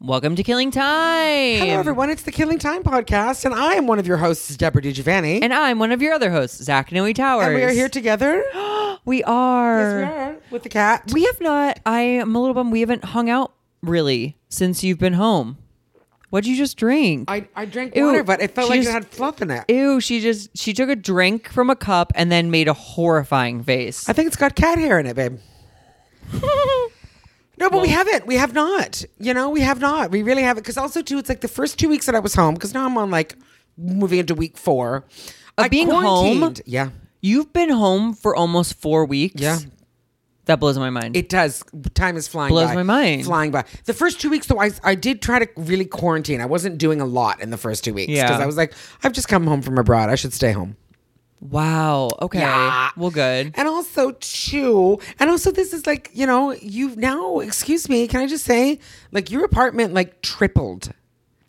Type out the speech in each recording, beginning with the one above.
Welcome to Killing Time. Hello, everyone. It's the Killing Time podcast, and I am one of your hosts, Deborah DiGiovanni. And I'm one of your other hosts, Zach Noe Towers. And we are here together. We are. Yes, we are. With the cat. We have not. I am a little bummed. We haven't hung out really since you've been home. What'd you just drink? I, I drank Ew, water, but it felt she like just- it had fluff in it. Ew. She just she took a drink from a cup and then made a horrifying face. I think it's got cat hair in it, babe. No, but we haven't. We have not. You know, we have not. We really haven't. Because also, too, it's like the first two weeks that I was home, because now I'm on like moving into week four. Of I being home? quarantined. Yeah. You've been home for almost four weeks. Yeah. That blows my mind. It does. Time is flying. Blows by. my mind. Flying by. The first two weeks, though, I, I did try to really quarantine. I wasn't doing a lot in the first two weeks Yeah. because I was like, I've just come home from abroad. I should stay home. wow. Okay. Yeah. Well, good. And also, too, and also, this is like, you know, you've now, excuse me, can I just say, like, your apartment like tripled.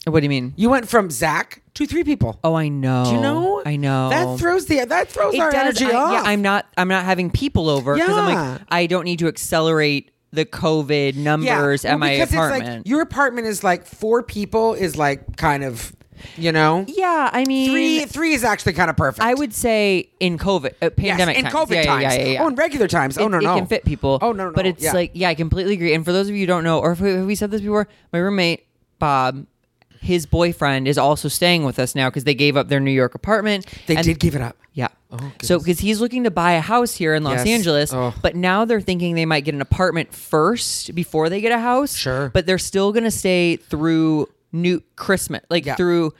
What do you mean? You went from Zach to three people. Oh, I know. Do you know? I know. That throws the that throws it our does. energy I, off. Yeah, I'm not. I'm not having people over because I'm Yeah. like, I don't need to accelerate the COVID numbers well, at my because It's like apartment. your apartment is like four people is like kind of, you know, yeah, I mean, three three is actually kind of perfect. I would say in COVID, uh, Yes, pandemic in times. COVID yeah, yeah, times. yeah, yeah, yeah. Oh, in regular times. oh It- no, it no, can fit people. Oh no, no, but it's yeah. like, yeah, I completely agree. And for those of you who don't know, or if we, have we said this before, my roommate Bob, his boyfriend is also staying with us now because they gave up their New York apartment. they and did give it up. Yeah. so because he's looking to buy a house here in Los Oh, Yes. Angeles, Oh. but now they're thinking they might get an apartment first before they get a house. Sure. But they're still going to stay through new Christmas, like Yeah. through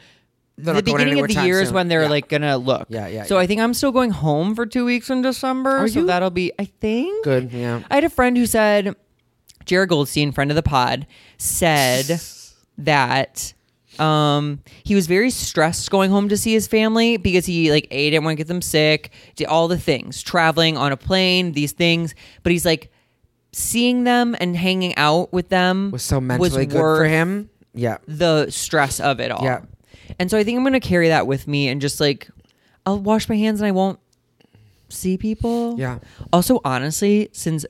the They're not going beginning anywhere of the time year is soon. when they're Yeah. like going to look. Yeah, yeah, So yeah. I think I'm still going home for two weeks in December. so you? that'll be, I think. Good, yeah. I had a friend who said, Jared Goldstein, friend of the pod, said that um he was very stressed going home to see his family because he like a didn't want to get them sick did all the things traveling on a plane these things but he's like seeing them and hanging out with them Was so mentally good for worth him. Yeah. the stress of it all Yeah. and so i think i'm gonna carry that with me and just like i'll wash my hands and i won't see people Yeah. also honestly since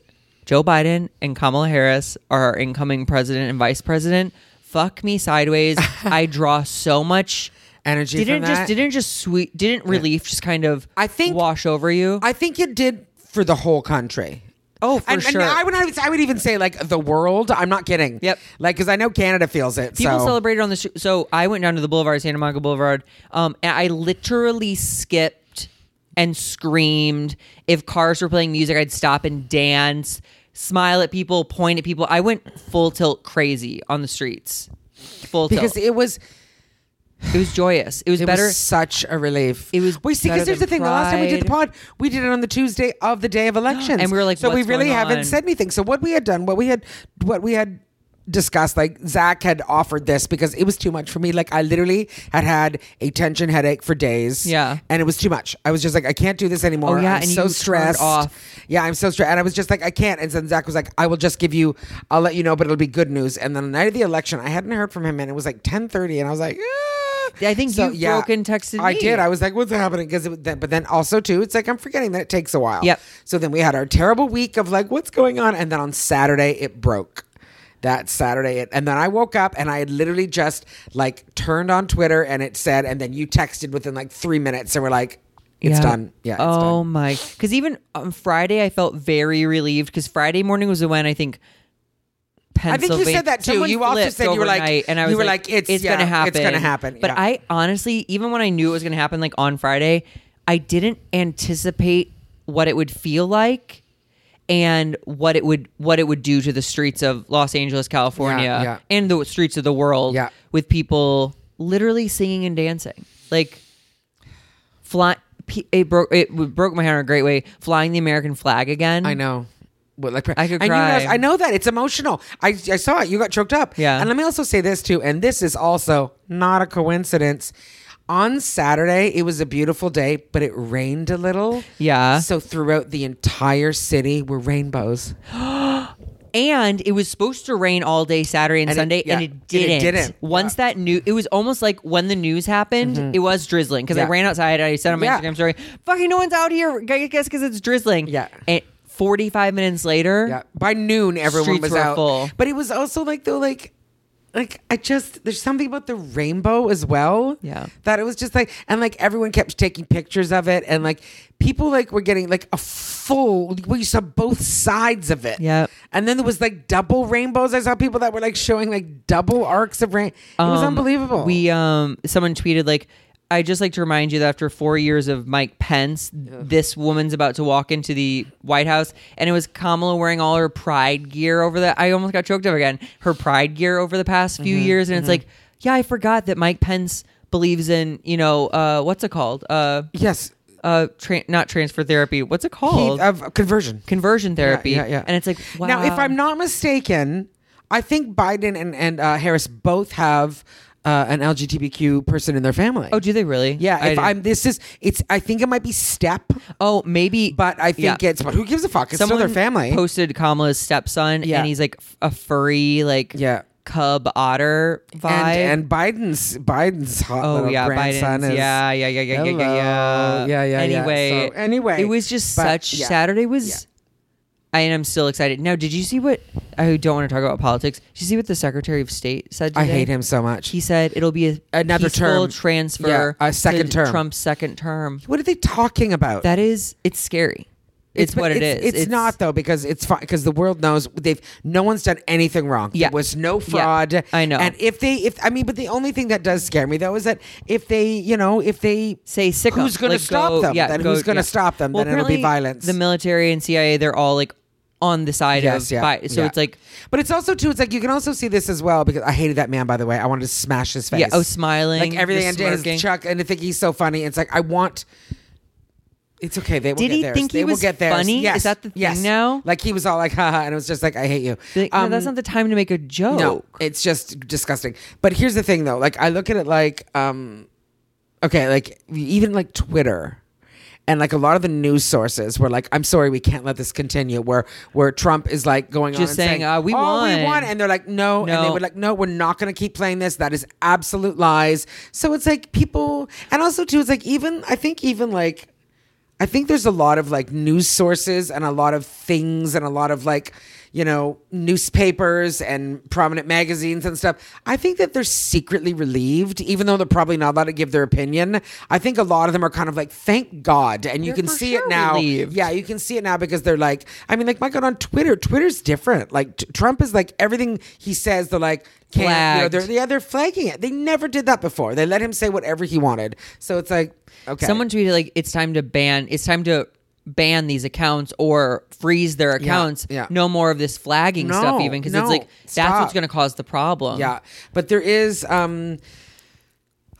joe biden and kamala harris are our incoming president and vice president fuck me sideways i draw so much Energy didn't from just that. didn't just sweet didn't relief just kind of I think- wash over you I think it did for the whole country. oh for and, sure and I would not even, I would even say like the world. I'm not kidding. Yep. Like because I know Canada feels it. People so celebrated on the street. So I went down to the boulevard, Santa Monica Boulevard, um, and I literally skipped and screamed. If cars were playing music, I'd stop and dance, smile at people, point at people. I went full tilt crazy on the streets. Full because tilt. it was It, was joyous. It was it better. was such a relief. It was We see better because here's the than thing. The last time we did the Pride. pod, we did it on the Tuesday of the day of elections, And we were like, so we "What's really going on?" haven't said anything. So what we had done, what we had, what we had discussed, like Zach had offered this because it was too much for me. Like I literally had had a tension headache for days. Yeah. and it was too much. I was just like, I can't do this anymore. Oh, yeah, I'm and you so turned stressed off. Yeah, I'm so stressed, and I was just like, I can't. And then Zach was like, I will just give you, I'll let you know, but it'll be good news. And then the night of the election, I hadn't heard from him, and it was like 10:30, and I was like. "Ah." I think you broke and texted I me. did. I was like, "What's happening?" Because then, but then also too, it's like I'm forgetting that it takes a while. Yep. So then we had our terrible week of like, "What's going on?" And then on Saturday it broke. That Saturday, it, and then I woke up and I had literally just like turned on Twitter and it said, and then you texted within like three minutes and we're like, "It's done." Yeah. It's oh done. my. Because even on Friday, I felt very relieved because Friday morning was when I think. I think you Pennsylvania- said that too. Someone you also flipped said you were like, overnight, and I was you were like, it's, yeah, gonna happen. It's gonna happen. But Yeah. I honestly, even when I knew it was gonna happen, like on Friday, I didn't anticipate what it would feel like and what it would what it would do to the streets of Los Angeles, California, Yeah, yeah. and the streets of the world Yeah. with people literally singing and dancing, like fly. pe- It broke. It broke my heart in a great way. Flying the American flag again. I know. What, like, I could knew that was- cry. I know that it's emotional. I, I saw it. You got choked up. Yeah. And let me also say this too. And this is also not a coincidence. On Saturday, it was a beautiful day, but it rained a little. Yeah. So throughout the entire city were rainbows, and it was supposed to rain all day Saturday and, And it- Sunday, yeah, and and it it didn't. didn't. Mm-hmm. Once that new, it was almost like when the news happened, it was drizzling because I Yeah. ran outside. I said on my Yeah. Instagram story, "Fucking no one's out here." I guess because it's drizzling. Yeah. And forty-five minutes later, yeah. By noon, everyone Streets was were out. full. But it was also like though, like like I just there's something about the rainbow as well. Yeah. That it was just like and like everyone kept taking pictures of it and like people like were getting like a full well you saw both sides of it. Yep. And then there was like double rainbows. I saw people that were like showing like double arcs of rain. It was Um, unbelievable. We um someone tweeted like I just like to remind you that after four years of Mike Pence, this woman's about to walk into the White House, and it was Kamala wearing all her pride gear over the. I almost got choked up again. Her pride gear over the past few Mm-hmm, years, and it's like, yeah, I forgot that Mike Pence believes in you know uh what's it called uh yes. uh tra- not transfer therapy. What's it He, called? of conversion. Conversion therapy. yeah, yeah. And it's like wow. Now, if I'm not mistaken, I think Biden and, and uh, Harris both have uh, an LGBTQ person in their family. oh, do they really? yeah. I if didn't- I'm, this is, it's, I think it might be step, oh maybe, but I think Yeah. it's, but who gives a fuck? It's still their family. posted Kamala's stepson, Yeah. and he's like f- a furry, like Yeah. cub otter vibe. and, and Biden's, Biden's hot oh little yeah, grandson Biden's is. yeah, yeah, yeah, yeah, yeah, yeah, yeah, Hello. Yeah, yeah, yeah. Anyway, So, anyway, it was just but, such yeah. Saturday was. I and I'm still excited. Now, did you see what? I don't want to talk about politics. Did you see what the Secretary of State said? I today? him so much. He said it'll be a Another peaceful term. transfer, Yeah, a second to term. Trump's second term. what are they talking about? That is, it's scary. It's, but what it it's, is. It's, not though because it's fine because the world knows they've no one's done anything wrong. Yeah. There was no Yeah. fraud. I know. And if they, if I mean, but the only thing that does scare me though is that if they, you know, if they say sick. who's going to stop them? then who's going to stop them? then it'll be violence. The military and CIA, they're all like on the side Yes, of yeah, vi- so yeah. it's like but it's also too. It's like you can also see this as well because I hated that man. By the way, I wanted to smash his face. yeah, oh, smiling, like everything and the smirking. his Chuck, and I think he's so funny. It's like I want. It's okay. They will Did get he theirs. think he They will was get theirs. funny? Is Yes. that the thing yes. now? Like he was all like, haha, and it was just like, I hate you. Like, no, Um, that's not the time to make a joke. No, it's just disgusting. But here's the thing, though. Like, I look at it like, um, okay, like even like Twitter. And like a lot of the news sources were like, "I'm sorry, we can't let this continue." Where where Trump is like going on Just and saying, saying, uh, we oh, won." we won," and they're like, "No,", and they No. were like, "No, we're not going to keep playing this. That is absolute lies." So it's like people, and also too, it's like even I think even like I think there's a lot of like news sources and a lot of things and a lot of like, you know, newspapers and prominent magazines and stuff. I think that they're secretly relieved, even though they're probably not allowed to give their opinion. I think a lot of them are kind of like, thank God. And you They're can for see sure it now. relieved. Yeah, you can see it now because they're like, I mean, like, my God, on Twitter, Twitter's different. Like, t- Trump is like, everything he says, they're like, can't, you know, Flagged. they're, yeah, they're flagging it. They never did that before. They let him say whatever he wanted. So it's like, okay. Someone tweeted like, "It's time to ban. It's time to ban these accounts or freeze their accounts. yeah. No more of this flagging No, stuff, even because no, it's like that's stop. what's going to cause the problem. Yeah, but there is. um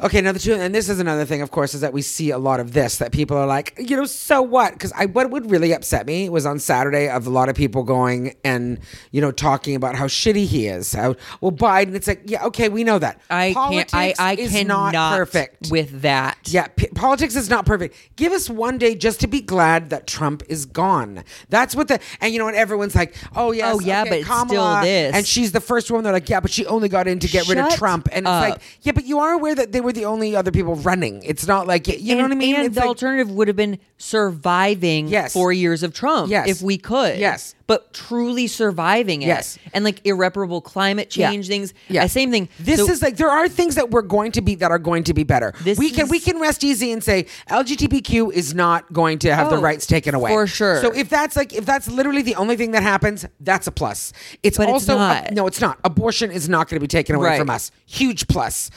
Okay, now the two, and this is another thing, of course, is that we see a lot of this that people are like, you know, so what? Because I what would really upset me was on Saturday of a lot of people going and you know talking about how shitty he is. How well Biden? It's like, yeah, okay, we know that. I can't. I Politics I is cannot not perfect. with that. Yeah, p- politics is not perfect. Give us one day just to be glad that Trump is gone. That's what the and you know and everyone's like, oh yes, Oh, yeah, okay, but it's still Kamala, this. and she's the first woman. They're like, yeah, but she only got in to get rid of Shut Trump, and it's up. like, yeah, but you are aware that they were the only other people running. It's not like you know and, what I mean. and It's the like- alternative would have been surviving Yes. four years of Trump Yes. if we could. Yes. But truly surviving it. Yes. And like irreparable climate Yeah. change things. Yeah. Uh, Same thing. This So- is like there are things that we're going to be that are going to be better. This we can is- we can rest easy and say LGBTQ is not going to have the Oh, rights taken away for sure. So if that's like if that's literally the only thing that happens, that's a plus. It's But it's also a- not. no, it's not. Abortion is not going to be taken away Right. from us. Huge plus.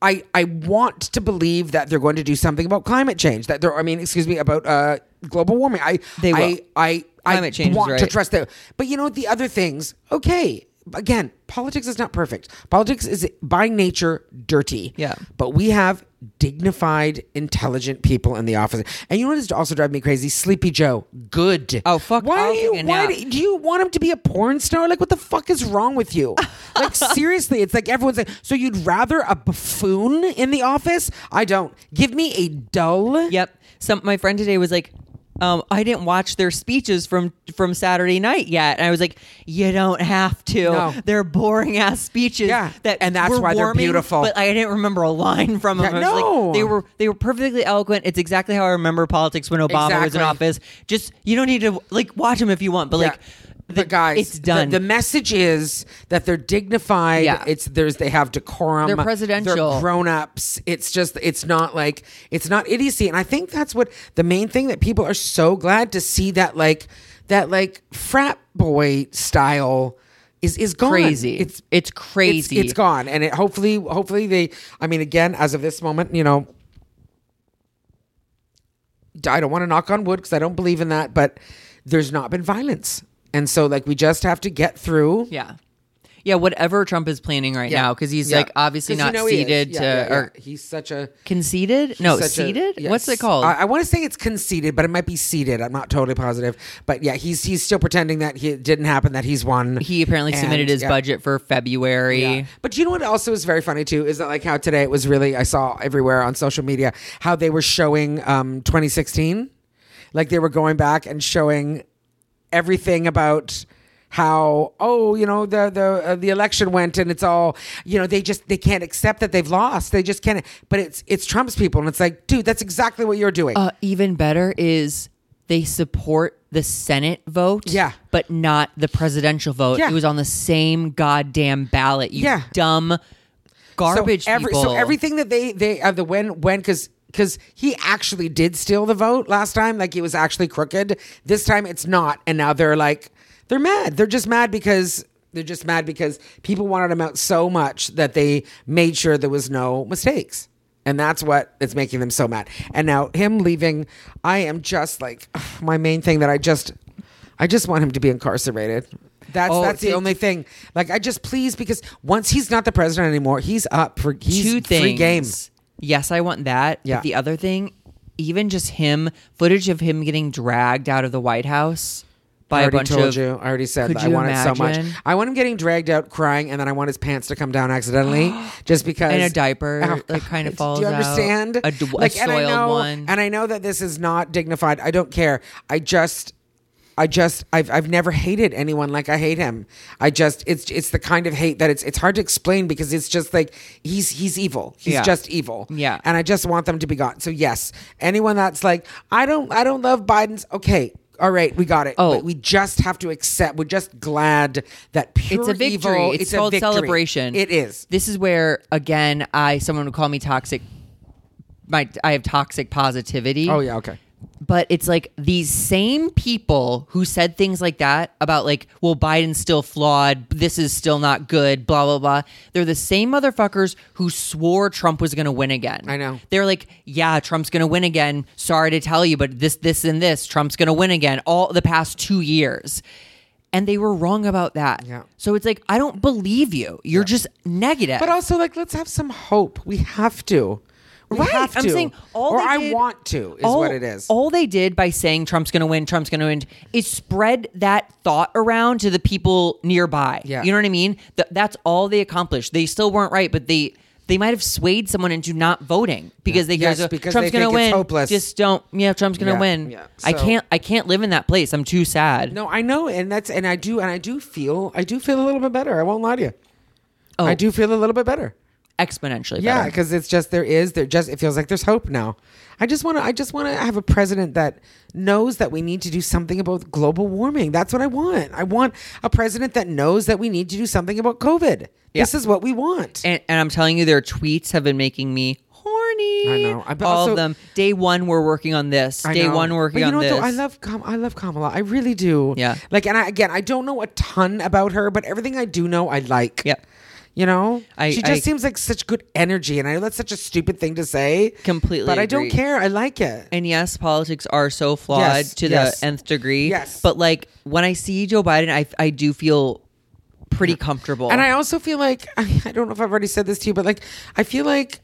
I I want to believe that they're going to do something about climate change. That they're I mean excuse me about uh global warming. I They will. I I, I Climate change is want to right. trust that. But you know what? The other things, okay. Again, politics is not perfect. Politics is by nature dirty. Yeah. But we have dignified, intelligent people in the office. And you know what is also driving me crazy? Sleepy Joe. Good. Oh, fuck, Why I'll do you take a why nap. do, do you want him to be a porn star? Like what the fuck is wrong with you? Like seriously, it's like everyone's like, so you'd rather a buffoon in the office? I don't. Give me a dull Yep. Some my friend today was like, um, I didn't watch their speeches from from Saturday night yet, and I was like, "You don't have to. No. They're boring ass speeches. Yeah. that And that's were why they're warming, beautiful. But I didn't remember a line from them. Yeah, I was like, no. they were they were perfectly eloquent. It's exactly how I remember politics when Obama was in Exactly. office. Just you don't need to like watch them if you want, but Yeah. like but guys, it's done. The, the message is that they're dignified. Yeah. It's there's they have decorum. They're presidential. They're grown ups. It's just it's not like it's not idiocy. And I think that's what the main thing that people are so glad to see that like that like frat boy style is is gone. crazy. It's It's it's crazy. it's gone, and it hopefully, hopefully they. I mean, again, as of this moment, you know, I don't want to knock on wood because I don't believe in that, but there's not been violence, and so like we just have to get through. yeah. Yeah, whatever Trump is planning right Yeah. now, because he's Yeah. like obviously 'Cause you not know he is. seated Yeah, to yeah, yeah. or he's such a conceded. No, such a- seated. yes. What's it called? I, I want to say it's conceded, but it might be seated. I'm not totally positive, but yeah, he's he's still pretending that he, it didn't happen, that he's won. he apparently And, submitted his yeah. budget for February. Yeah. But you know what also is very funny too is that like how today it was really I saw everywhere on social media how they were showing um 2016 like they were going back and showing everything about how oh you know the the uh, the election went and it's all you know they just they can't accept that they've lost they just can't but it's it's Trump's people and it's like dude that's exactly what you're doing Uh, even better is they support the Senate vote, Yeah. but not the presidential vote. Yeah. It was on the same goddamn ballot. You Yeah. dumb garbage so every, people. So everything that they they uh, the when when because because he actually did steal the vote last time, like he was actually crooked. This time it's not, and now they're like they're mad. They're just mad because. They're just mad because people wanted him out so much that they made sure there was no mistakes. And that's what is making them so mad. And now him leaving, I am just like my main thing that I just I just want him to be incarcerated. That's Oh, that's the did- only thing. Like I just please because once he's not the president anymore, he's up for he's two things. free game. Yes, I want that. Yeah. But the other thing, even just him, footage of him getting dragged out of the White House by I a already bunch told of you. I already said Could that. I you want it so much. imagine? I want him getting dragged out crying, and then I want his pants to come down accidentally, just because. And a diaper, Oh, like, kinda God. falls Do you out. understand? A d- a and I soiled know, one. And I know that this is not dignified. I don't care. I just. I just I've I've never hated anyone like I hate him. I just it's it's the kind of hate that it's it's hard to explain because it's just like he's he's evil. He's Yeah. just evil. Yeah. And I just want them to be gone. So yes, anyone that's like I don't I don't love Biden's okay. All right, we got it. Oh. But we just have to accept. We're just glad that pure It's a victory. evil- it's, called victory. celebration. It is. This is where again, I someone would call me toxic. My I have toxic positivity. Oh yeah. Okay. But it's like these same people who said things like that about like, well, Biden's still flawed. This is still not good. Blah blah blah. They're the same motherfuckers who swore Trump was going to win again. I know. They're like, yeah, Trump's going to win again. Sorry to tell you, but this, this, and this, Trump's going to win again. All the past two years. And they were wrong about that. Yeah. So it's like, I don't believe you. You're just negative. But also, like, let's have some hope. We have to. We Right. have to. I'm saying all or they I did- want to is all- what it is. All they did by saying Trump's going to win, Trump's going to win, is spread that thought around to the people nearby. Yeah. You know what I mean? Th- that's all they accomplished. They still weren't right, but they they might have swayed someone into not voting because they Yes, go, because Trump's they think going to it's win. hopeless. Just don't. Yeah, Trump's going to Yeah, win. yeah. I So- can't. I can't live in that place. I'm too sad. no, I know, and that's and I do, and I do feel, I do feel a little bit better. I won't lie to you. Oh. I do feel a little bit better. Exponentially. Yeah, better. because it's just there is there just it feels like there's hope now. I just want to I just want to have a president that knows that we need to do something about global warming. That's what I want. I want a president that knows that we need to do something about COVID. This is what we want. And, and I'm telling you, their tweets have been making me horny. I know. I- but all also- of them. Day one, we're working on this. I Day know. one, But working you on know what, this. Though? I love Kam- I love Kamala. I really do. Yeah. Like, and I, again, I don't know a ton about her, but everything I do know, I like. Yep. You know, I- she just I- seems like such good energy, and I know that's such a stupid thing to say. Completely but I don't agree. care. I like it. And yes, politics are so flawed Yes, to yes. the nth degree. Yes. But like when I see Joe Biden, I, I do feel pretty comfortable. And I also feel like I, I don't know if I've already said this to you, but like I feel like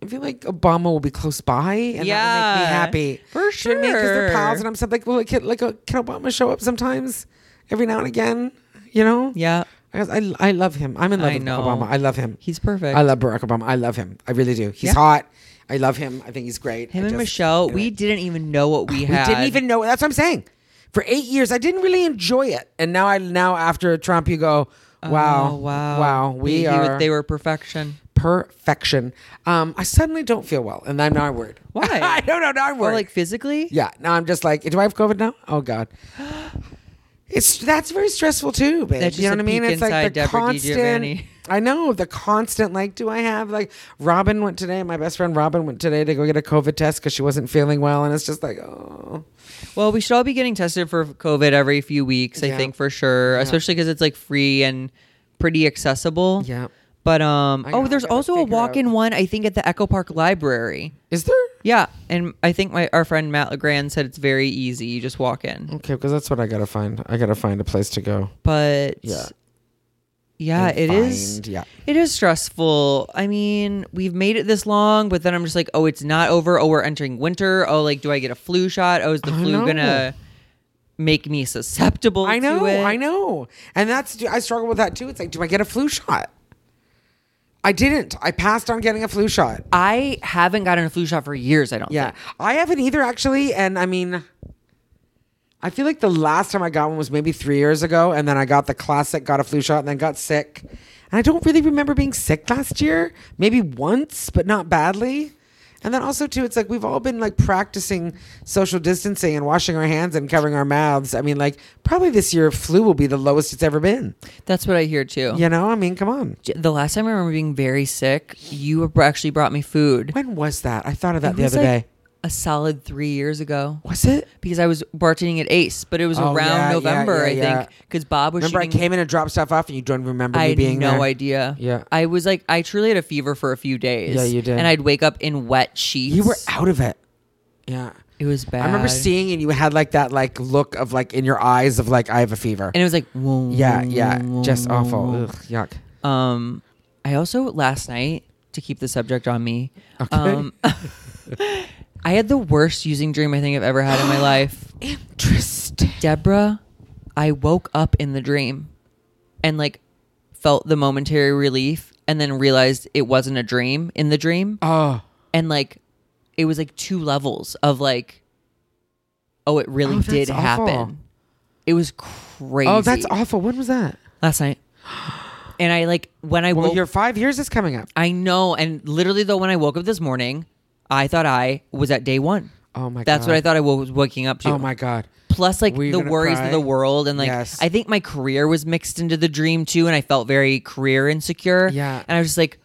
I feel like Obama will be close by, and Yeah. that will make me happy For You know what I mean? 'Cause they're sure. pals, and I'm so like, well, can, like, uh, can Obama show up sometimes, every now and again? You know? Yeah. Because I, I love him. I'm in love I with know. Obama. I love him. He's perfect. I love Barack Obama. I love him. I really do. He's Yeah. hot. I love him. I think he's great. him I and just- Michelle, anyway. we didn't even know what we We had. didn't even know. That's what I'm saying. For eight years, I didn't really enjoy it, and now I now after Trump, you go, wow, Oh, wow. wow, we He- he was- are they were perfection. perfection. Um, I suddenly don't feel well, and I'm not worried. Why? Oh, I don't know. Not worried. Or like physically? yeah. Now I'm just like, do I have COVID now? Oh God. It's that's very stressful too, babe. That's you know just what I a mean? peek It's like the inside Deborah DiGiovanni. constant. I know the constant. Like, do I have like Robin went today? My best friend Robin went today to go get a COVID test because she wasn't feeling well, and it's just like, oh, Well, we should all be getting tested for COVID every few weeks, I Yeah. think for sure, especially because it's like free and pretty accessible. Yeah. But um, I oh, know, there's I gotta also a figure out- walk-in one I think at the Echo Park Library. is there? Yeah, and I think my our friend Matt Legrand said it's very easy. You just walk in. Okay, because that's what I gotta find. I gotta find a place to go. But Yeah. yeah, And it is. find- yeah. It is stressful. I mean, we've made it this long, but then I'm just like, oh, it's not over. Oh, we're entering winter. Oh, like, do I get a flu shot? Oh, is the I flu know. gonna make me susceptible? I know, to it? I know, and that's I struggle with that too. It's like, do I get a flu shot? I didn't. I passed on getting a flu shot. I haven't gotten a flu shot for years. I don't. Yeah, think. I haven't either, actually. And I mean, I feel like the last time I got one was maybe three years ago, and then I got the classic, got a flu shot, and then got sick. And I don't really remember being sick last year. Maybe once, but not badly. And then also too, it's like we've all been like practicing social distancing and washing our hands and covering our mouths. I mean, like probably this year flu will be the lowest it's ever been. that's what I hear too. You know, I mean, come on. J- The last time I remember being very sick, you br- actually brought me food. When was that? I thought of that It the was other like day. a solid three years ago. Was it? Because I was bartending at Ace, but it was Oh, around yeah, yeah, November, yeah, yeah. I think, because Bob was Remember, I shooting. came in and dropped stuff off, and you don't remember I me had being no there. idea. Yeah. I was like, I truly had a fever for a few days. Yeah, you did. And I'd wake up in wet sheets. You were out of it. Yeah. It was bad. I remember seeing and you had like that like look of like in your eyes of like I have a fever. and it was like, whoa, yeah, whoa, yeah, whoa, just whoa, awful. whoa. Ugh, yuck. Um, I also last night to keep the subject on me. Okay. Um, I had the worst using dream I think I've ever had in my life. Interesting. Deborah, I woke up in the dream and like felt the momentary relief and then realized it wasn't a dream in the dream. Oh, And like it was like two levels of like oh it really Oh, that's did happen. awful. It was crazy. oh, that's awful. When was that? last night. And I like when I Well, woke your five years is coming up. I know. And literally, though, when I woke up this morning, I thought I was at day one. Oh my That's god. what I thought I wa- was waking up to. Oh my god. Plus, like Were you the gonna worries cry? of the world, and like Yes. I think my career was mixed into the dream too, and I felt very career insecure. Yeah. and I was just like,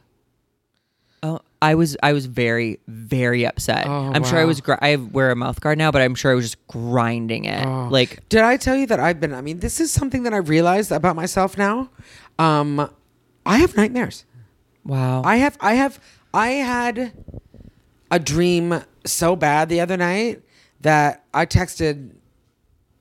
oh, I was, I was very, very upset. Oh, I'm sure I wow. was. Gr- I wear a mouth guard now, but I'm sure I was just grinding it. Oh. Like, did I tell you that I've been? I mean, this is something that I realized about myself now. Um, I have nightmares. wow. I have I have I had a dream so bad the other night that I texted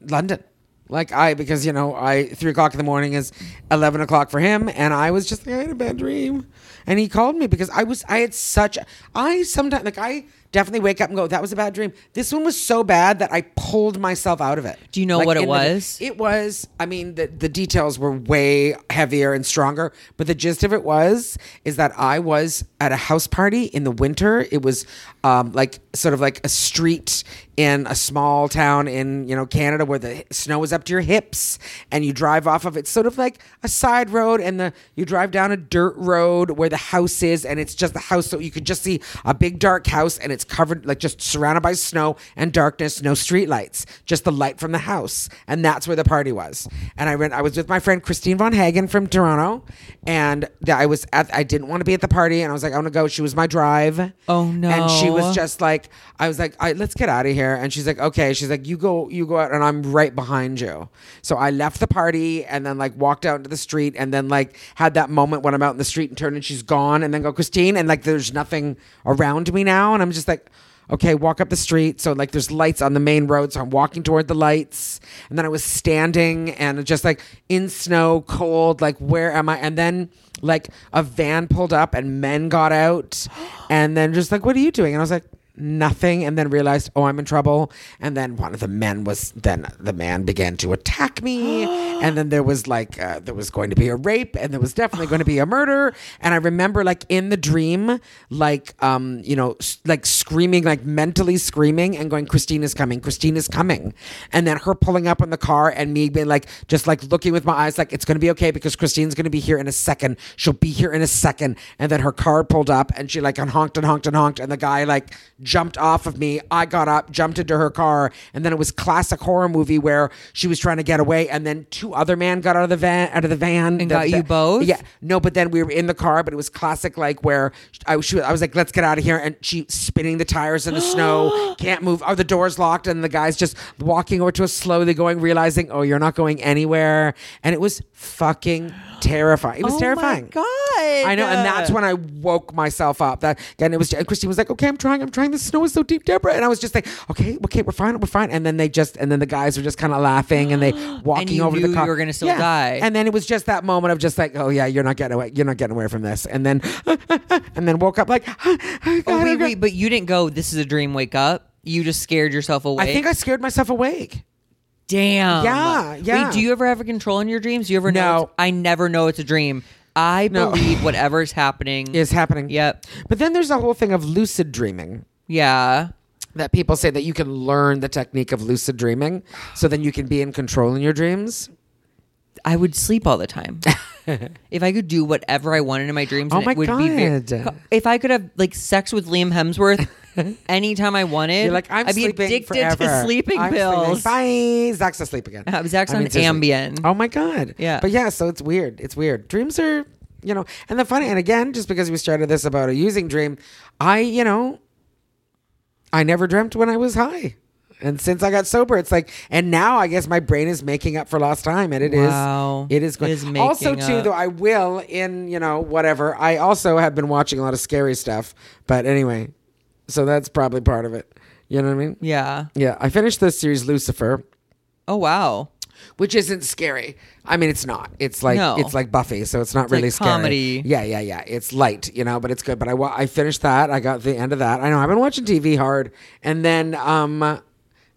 London. Like I because you know, I three o'clock in the morning is eleven o'clock for him and I was just like, I had a bad dream. And he called me because I was I had such I sometimes like I definitely wake up and go, That was a bad dream. This one was so bad that I pulled myself out of it. Do you know what it in the- was? it was, I mean, the, the details were way heavier and stronger, but the gist of it was, is that I was at a house party in the winter. It was um, like sort of like a street in a small town in, you know, Canada where the snow is up to your hips and you drive off of it sort of like a side road and the, you drive down a dirt road where the house is and it's just the house. So you could just see a big dark house and it's covered like just surrounded by snow and darkness, no street lights, just the light from the house. And that's where the party was. And I ran, I was with my friend Christine Von Hagen from Toronto and the, I was at, I didn't want to be at the party and I was like, I want to go. She was my drive. Oh, And she no. was just like, I was like, "All right, let's get out of here. And she's like, okay. She's like, you go, you go out and I'm right behind you. So I left the party and then like walked out into the street and then like had that moment when I'm out in the street and turn and she's gone and then go, Christine. And like, there's nothing around me now. And I'm just like, okay, walk up the street. So like there's lights on the main road. So I'm walking toward the lights. And then I was standing and just like in snow, cold, like where am I? And then like a van pulled up and men got out and then just like, what are you doing? And I was like, nothing. And then realized, oh, I'm in trouble. And then one of the men was, then the man began to attack me. and then there was like, uh, there was going to be a rape and there was definitely going to be a murder. And I remember like in the dream, like, um, you know, s- like screaming, like mentally screaming and going, Christina's coming, Christina's coming. And then her pulling up in the car and me being like, just like looking with my eyes, like, it's going to be okay because Christine's going to be here in a second. She'll be here in a second. And then her car pulled up and she like honked and honked and honked. And the guy like jumped off of me. I got up, jumped into her car, and then it was classic horror movie where she was trying to get away, and then two other men got out of the van, out of the van, And The- got you the- both? Yeah, no, but then we were in the car, but it was classic, like where I, she, I was like, "Let's get out of here," and she spinning the tires in the snow, can't move. Are the doors locked? And the guy's just walking over to us, slowly going, realizing, "Oh, you're not going anywhere." And it was fucking terrifying. It was Oh my terrifying. God. I know, and that's when I woke myself up. That again, it was. and Christine was like, "Okay, I'm trying. I'm trying. The snow is so deep, Deborah." And I was just like, "Okay, okay, we're fine. We're fine." And then they just, and then the guys were just kind of laughing and they walking you over knew the car. you were gonna still Yeah. die. And then it was just that moment of just like, "Oh yeah, you're not getting away. You're not getting away from this." And then, and then woke up like, oh, God, Oh, wait, God. wait, but you didn't go. This is a dream. Wake up. You just scared yourself away. I think I scared myself awake. Damn. Yeah, yeah. Wait, do you ever have a control in your dreams? Do you ever No. know? it's- I never know it's a dream. I No. believe whatever's happening. Is happening. Yep. But then there's a whole thing of lucid dreaming. Yeah. That people say that you can learn the technique of lucid dreaming, so then you can be in control in your dreams. I would sleep all the time. if I could do whatever I wanted in my dreams, Oh and my it would be very, God. If I could have like sex with Liam Hemsworth anytime I wanted, You're like, I'm would be sleeping addicted forever. to sleeping I'm pills. Sleeping. Bye. Zach's asleep again. Uh, Zach's on seriously. Ambien. Oh my god. Yeah. But yeah, so it's weird. It's weird. Dreams are, you know, and the funny. And again, just because we started this about a using dream, I, you know, I never dreamt when I was high. And since I got sober, it's like, and now I guess my brain is making up for lost time, and it is, Wow. it is going. It is making also, too, up. though, I will in you know whatever. I also have been watching a lot of scary stuff, but anyway, so that's probably part of it. You know what I mean? Yeah. Yeah, I finished the series Lucifer, Oh wow. which isn't scary. I mean, it's not. It's like No. it's like Buffy, so it's not really like scary. comedy. Yeah, yeah, yeah. It's light, you know, but it's good. But I wa- I finished that. I got the end of that. I know I've been watching TV hard, and then um,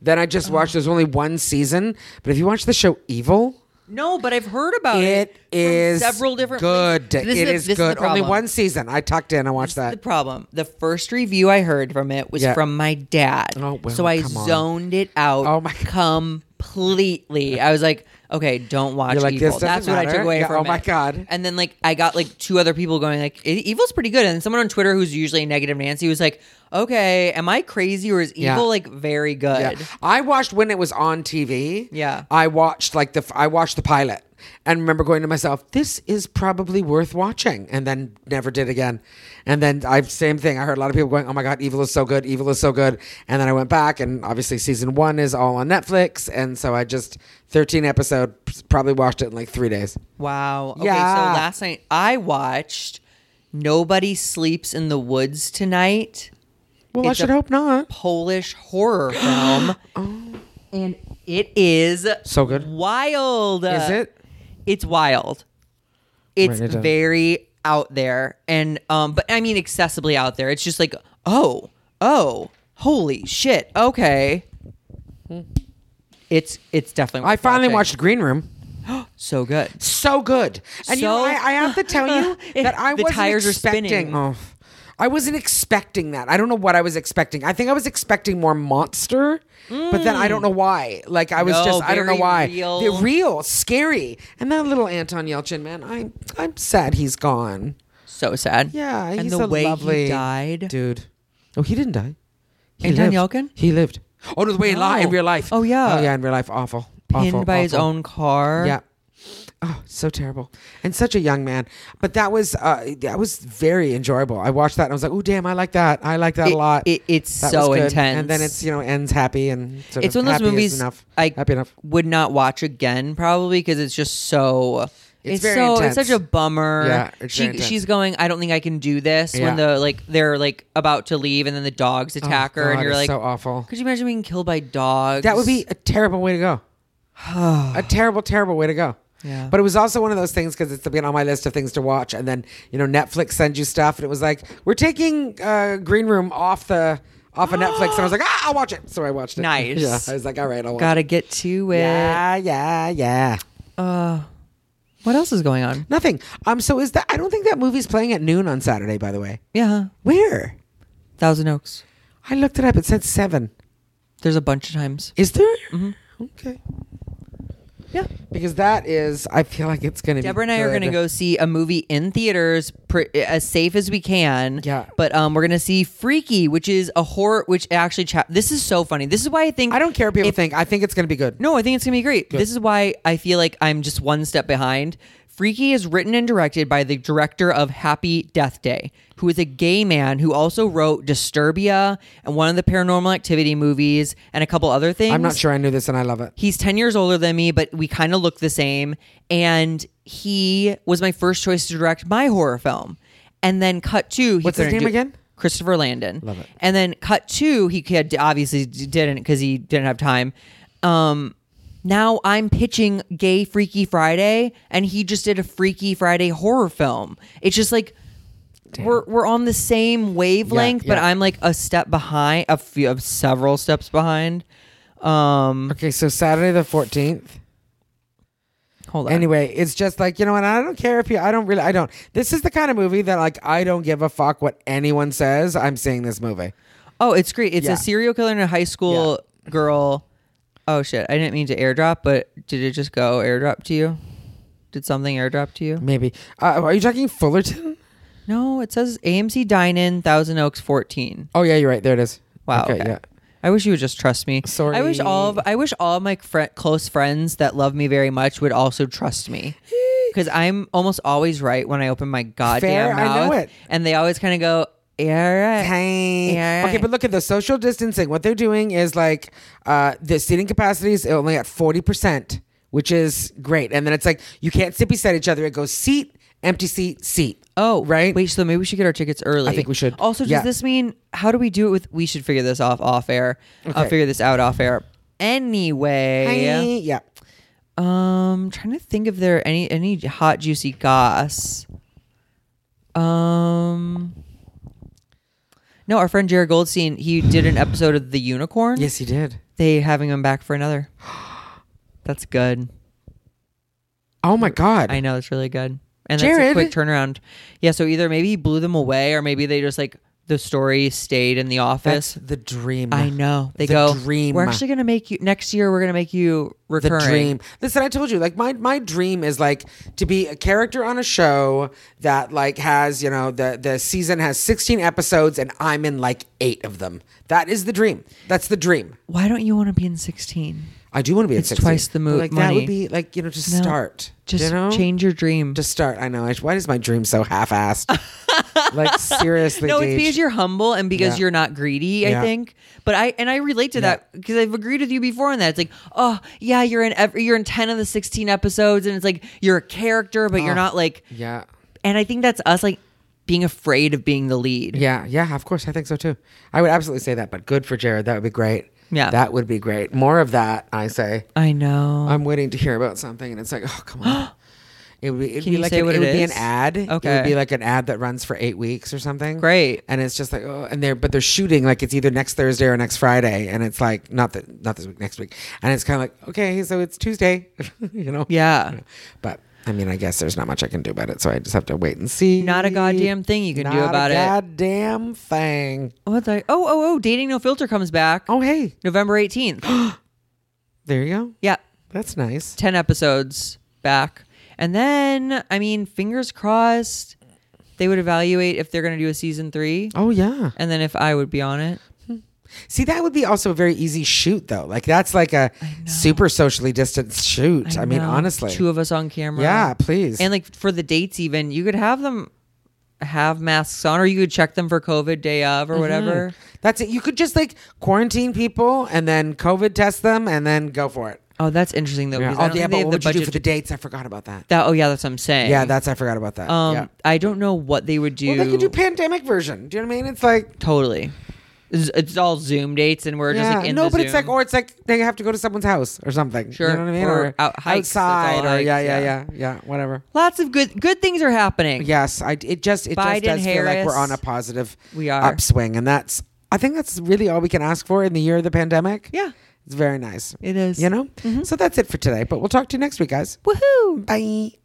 then I just watched. There's only one season, but if you watch the show Evil. No, but I've heard about It it. from is several different good. places. This it the- is this the good. Only problem. one season. I tucked in. I watched The that. problem. The first review I heard from it was Yeah. from my dad. Oh, well, so I come on. zoned it out Oh, my God. completely. I was like, okay, don't watch You're like, this Evil. doesn't That's what I matter. took away Yeah, from oh my it. God. And then like I got like two other people going like "E- Evil's pretty good. And someone on Twitter who's usually negative Nancy was like, okay, am I crazy or is Evil Yeah. like very Yeah. good? I watched when it was on TV. Yeah. I watched like the f- I watched the pilot and remember going to myself, this is probably worth watching, and then never did again. And then I same thing. I heard a lot of people going, "Oh my god, Evil is so good, Evil is so good." And then I went back, and obviously season one is all on Netflix, and so I just thirteen episode probably watched it in like three days. Wow. Okay, Yeah. so last night I watched Nobody Sleeps in the Woods Tonight. Well, I It's should a- hope not. Polish horror film. Oh. And it is So good? Wild. Is it? It's wild. It's Write it down. very out there and um but I mean accessibly out there. It's just like, "Oh, oh, holy shit. Okay." It's it's definitely Hmm. I worth finally watching. watched Green Room. so good. so good. And you know, So- I, I have to tell you that I The wasn't tires are expecting. spinning. Oh, I wasn't expecting that. I don't know what I was expecting. I think I was expecting more monster, but then I don't know why. Like I was No, just I don't know very why. real. They're real, scary, and that little Anton Yelchin man. I'm I'm sad he's gone. So sad. Yeah, and he's the a way lovely he died. dude. Oh, he didn't die. He Anton lived. Yelchin? He lived. Oh no, the way in, li- No. in real life. Oh, yeah. Oh yeah, in real life, awful. pinned awful, by his awful. own car. Yeah. Oh, so terrible. And such a young man. But that was uh that was very enjoyable. I watched that and I was like, "Oh damn, I like that. I like that It- a lot." it- it's That was so good. intense. And then it's, you know, ends happy and sort it's of one of happy those is movies enough. I happy enough. would not watch again probably because it's just so. It's, It's very so intense. it's such a bummer. Yeah, it's very she intense. she's going. I don't think I can do this when Yeah. Oh, the like they're like about to leave and then the dogs attack her and God, you're it's like, so awful. could you imagine being killed by dogs? That would be a terrible way to go. a terrible, terrible way to go. Yeah. But it was also one of those things because it's been on my list of things to watch, and then you know Netflix sends you stuff, and it was like we're taking uh, Green Room off the off of Netflix, and I was like, ah, I'll watch it. So I watched it. Nice. yeah, I was like, all right, I'll watch. Gotta get to it. Yeah, yeah, yeah. What else is going on? Nothing. Um. So is that? I don't think that movie's playing at noon on Saturday. By the way, Yeah, where? Thousand Oaks. I looked it up. It said seven. Mm-hmm. There's a bunch of times. Is there? Okay. Yeah. Because that is, I feel like it's going to be. Deborah and I are good. going to go see a movie in theaters pr- as safe as we can. Yeah. But um, we're going to see Freaky, which is a horror, which actually, cha- this is so funny. This is why I think. I don't care what people if- think. I think it's going to be good. No, I think it's going to be great. This is why I feel like I'm just one step behind. Freaky is written and directed by the director of Happy Death Day, who is a gay man who also wrote Disturbia and one of the paranormal activity movies and a couple other things. I'm not sure I knew this and I love it. He's 10 years older than me, but we kind of look the same. And he was my first choice to direct my horror film. And then cut two. He What's his couldn't name do- again? Christopher Landon. Love it. And then cut two, he had obviously d- didn't because he didn't have time. Um, now I'm pitching Gay Freaky Friday, and he just did a Freaky Friday horror film. It's just like we're we're on the same wavelength, but yeah. I'm like a step behind, a few, of several steps behind. Um, Okay, so Saturday the 14th. Hold on. Anyway, it's just like, you know what? I don't care if you, I don't really, I don't. This is the kind of movie that, like, I don't give a fuck what anyone says. I'm seeing this movie. oh, it's great. It's Yeah. a serial killer and a high school girl. Oh shit! I didn't mean to airdrop, but did it just go airdrop to you? Did something airdrop to you? Maybe. Uh, are you talking Fullerton? No, it says AMC Dine In Thousand Oaks 14. Oh, yeah, you're right. There it is. Wow. Okay. yeah. I wish you would just trust me. Sorry. I wish all of I wish all of my fri close friends that love me very much would also trust me. Because I'm almost always right when I open my goddamn Fair, I know mouth, it. and they always kind of go, "Yeah, right." Hey. Yeah, Okay, right. but look at the social distancing. What they're doing is like uh, the seating capacity is only at 40%, which is great. And then it's like you can't sit beside each other. It goes seat, empty seat, seat. Oh, Right? Wait, so maybe we should get our tickets early. I think we should. Also, does Yeah. this mean how do we do it with? We should figure this off off air. I'll Okay. figure this out off air. Anyway, Hey. Yeah. um, trying to think if there are any any hot juicy goss. Um, no, our friend Jared Goldstein he did an episode of The Unicorn. Yes, he did. they having him back for another. That's good. Oh, my God. I know it's really good. And Jared? that's a quick turnaround. Yeah, so either maybe he blew them away or maybe they just like the story stayed in the That's office. the dream. I know. They the go dream. We're actually gonna make you next year we're gonna make you the recurring. dream. Listen, I told you, like my my dream is like to be a character on a show that like has you know the the season has sixteen episodes and I'm in like eight of them. That is the dream. That's the dream. Why don't you wanna be in sixteen? I do want to be. It's at 16, twice the mo- but, Like that money. would be like you know just No. start. Just you know? change your dream. Just start. I know. I- Why is my dream so half-assed? like seriously, no, it's Deej. because you're humble and because Yeah. you're not greedy, I Yeah. think. But I and I relate to that because I've agreed with you before on that. It's like, oh yeah, you're in every, you're in ten of the sixteen episodes, and it's like you're a character, Ah. but you're not like yeah. and I think that's us like being afraid of being the lead. Yeah, yeah, of course. I think so too. I would absolutely say that, but good for Jared. That would be great. Yeah. That would be great. More of that, I say. I know. I'm waiting to hear about something, and it's like, oh, come on. It would be, it'd Can be you like say an, what it, it would be is? an ad. It Okay. would be like an ad that runs for eight weeks or something. Great. And it's just like, oh, and they're but they're shooting like it's either next Thursday or next Friday, and it's like not that not this week, next week, and it's kind of like, okay, so it's Tuesday, you know? yeah. But I mean, I guess there's not much I can do about it, so I just have to wait and see. Not a goddamn thing you can do Not about a it. Goddamn thing. What the? Oh, oh, oh! Dating No Filter comes back Oh hey, November eighteenth. there you go. yeah, That's nice. ten episodes back, and then I mean, fingers crossed, they would evaluate if they're going to do a season three, Oh yeah. and then if I would be on it. See, that would be also a very easy shoot, though. Like that's like a super socially distanced shoot. I, mean, know. honestly, two of us on camera. yeah, please. and like for the dates, even you could have them have masks on, or you could check them for COVID day of or Mm-hmm. whatever. Mm. that's it. You could just like quarantine people and then COVID test them and then go for it. Oh, that's interesting though. Yeah. because I Oh don't yeah, think they but have what would the you do budget for the dates? I forgot about that. That oh yeah, that's what I'm saying. Yeah, that's I forgot about that. um yeah. I don't know what they would do. Well, they could do pandemic version. Do you know what I mean? It's like totally. It's, it's all Zoom dates, and we're just yeah, like in no, the but Zoom. it's like or it's like they have to go to someone's house or something. Sure. you know what I mean? Or out- hikes, it's all outside or hikes, yeah, yeah, yeah. yeah, yeah, whatever. lots of good good things are happening. Yes, I, it just it Biden, just does feel like we're Harris. on a positive We are. upswing, and that's I think that's really all we can ask for in the year of the pandemic. Yeah, it's very nice. it is. Mm-hmm. You know, so that's it for today. But we'll talk to you next week, guys. woohoo! Bye.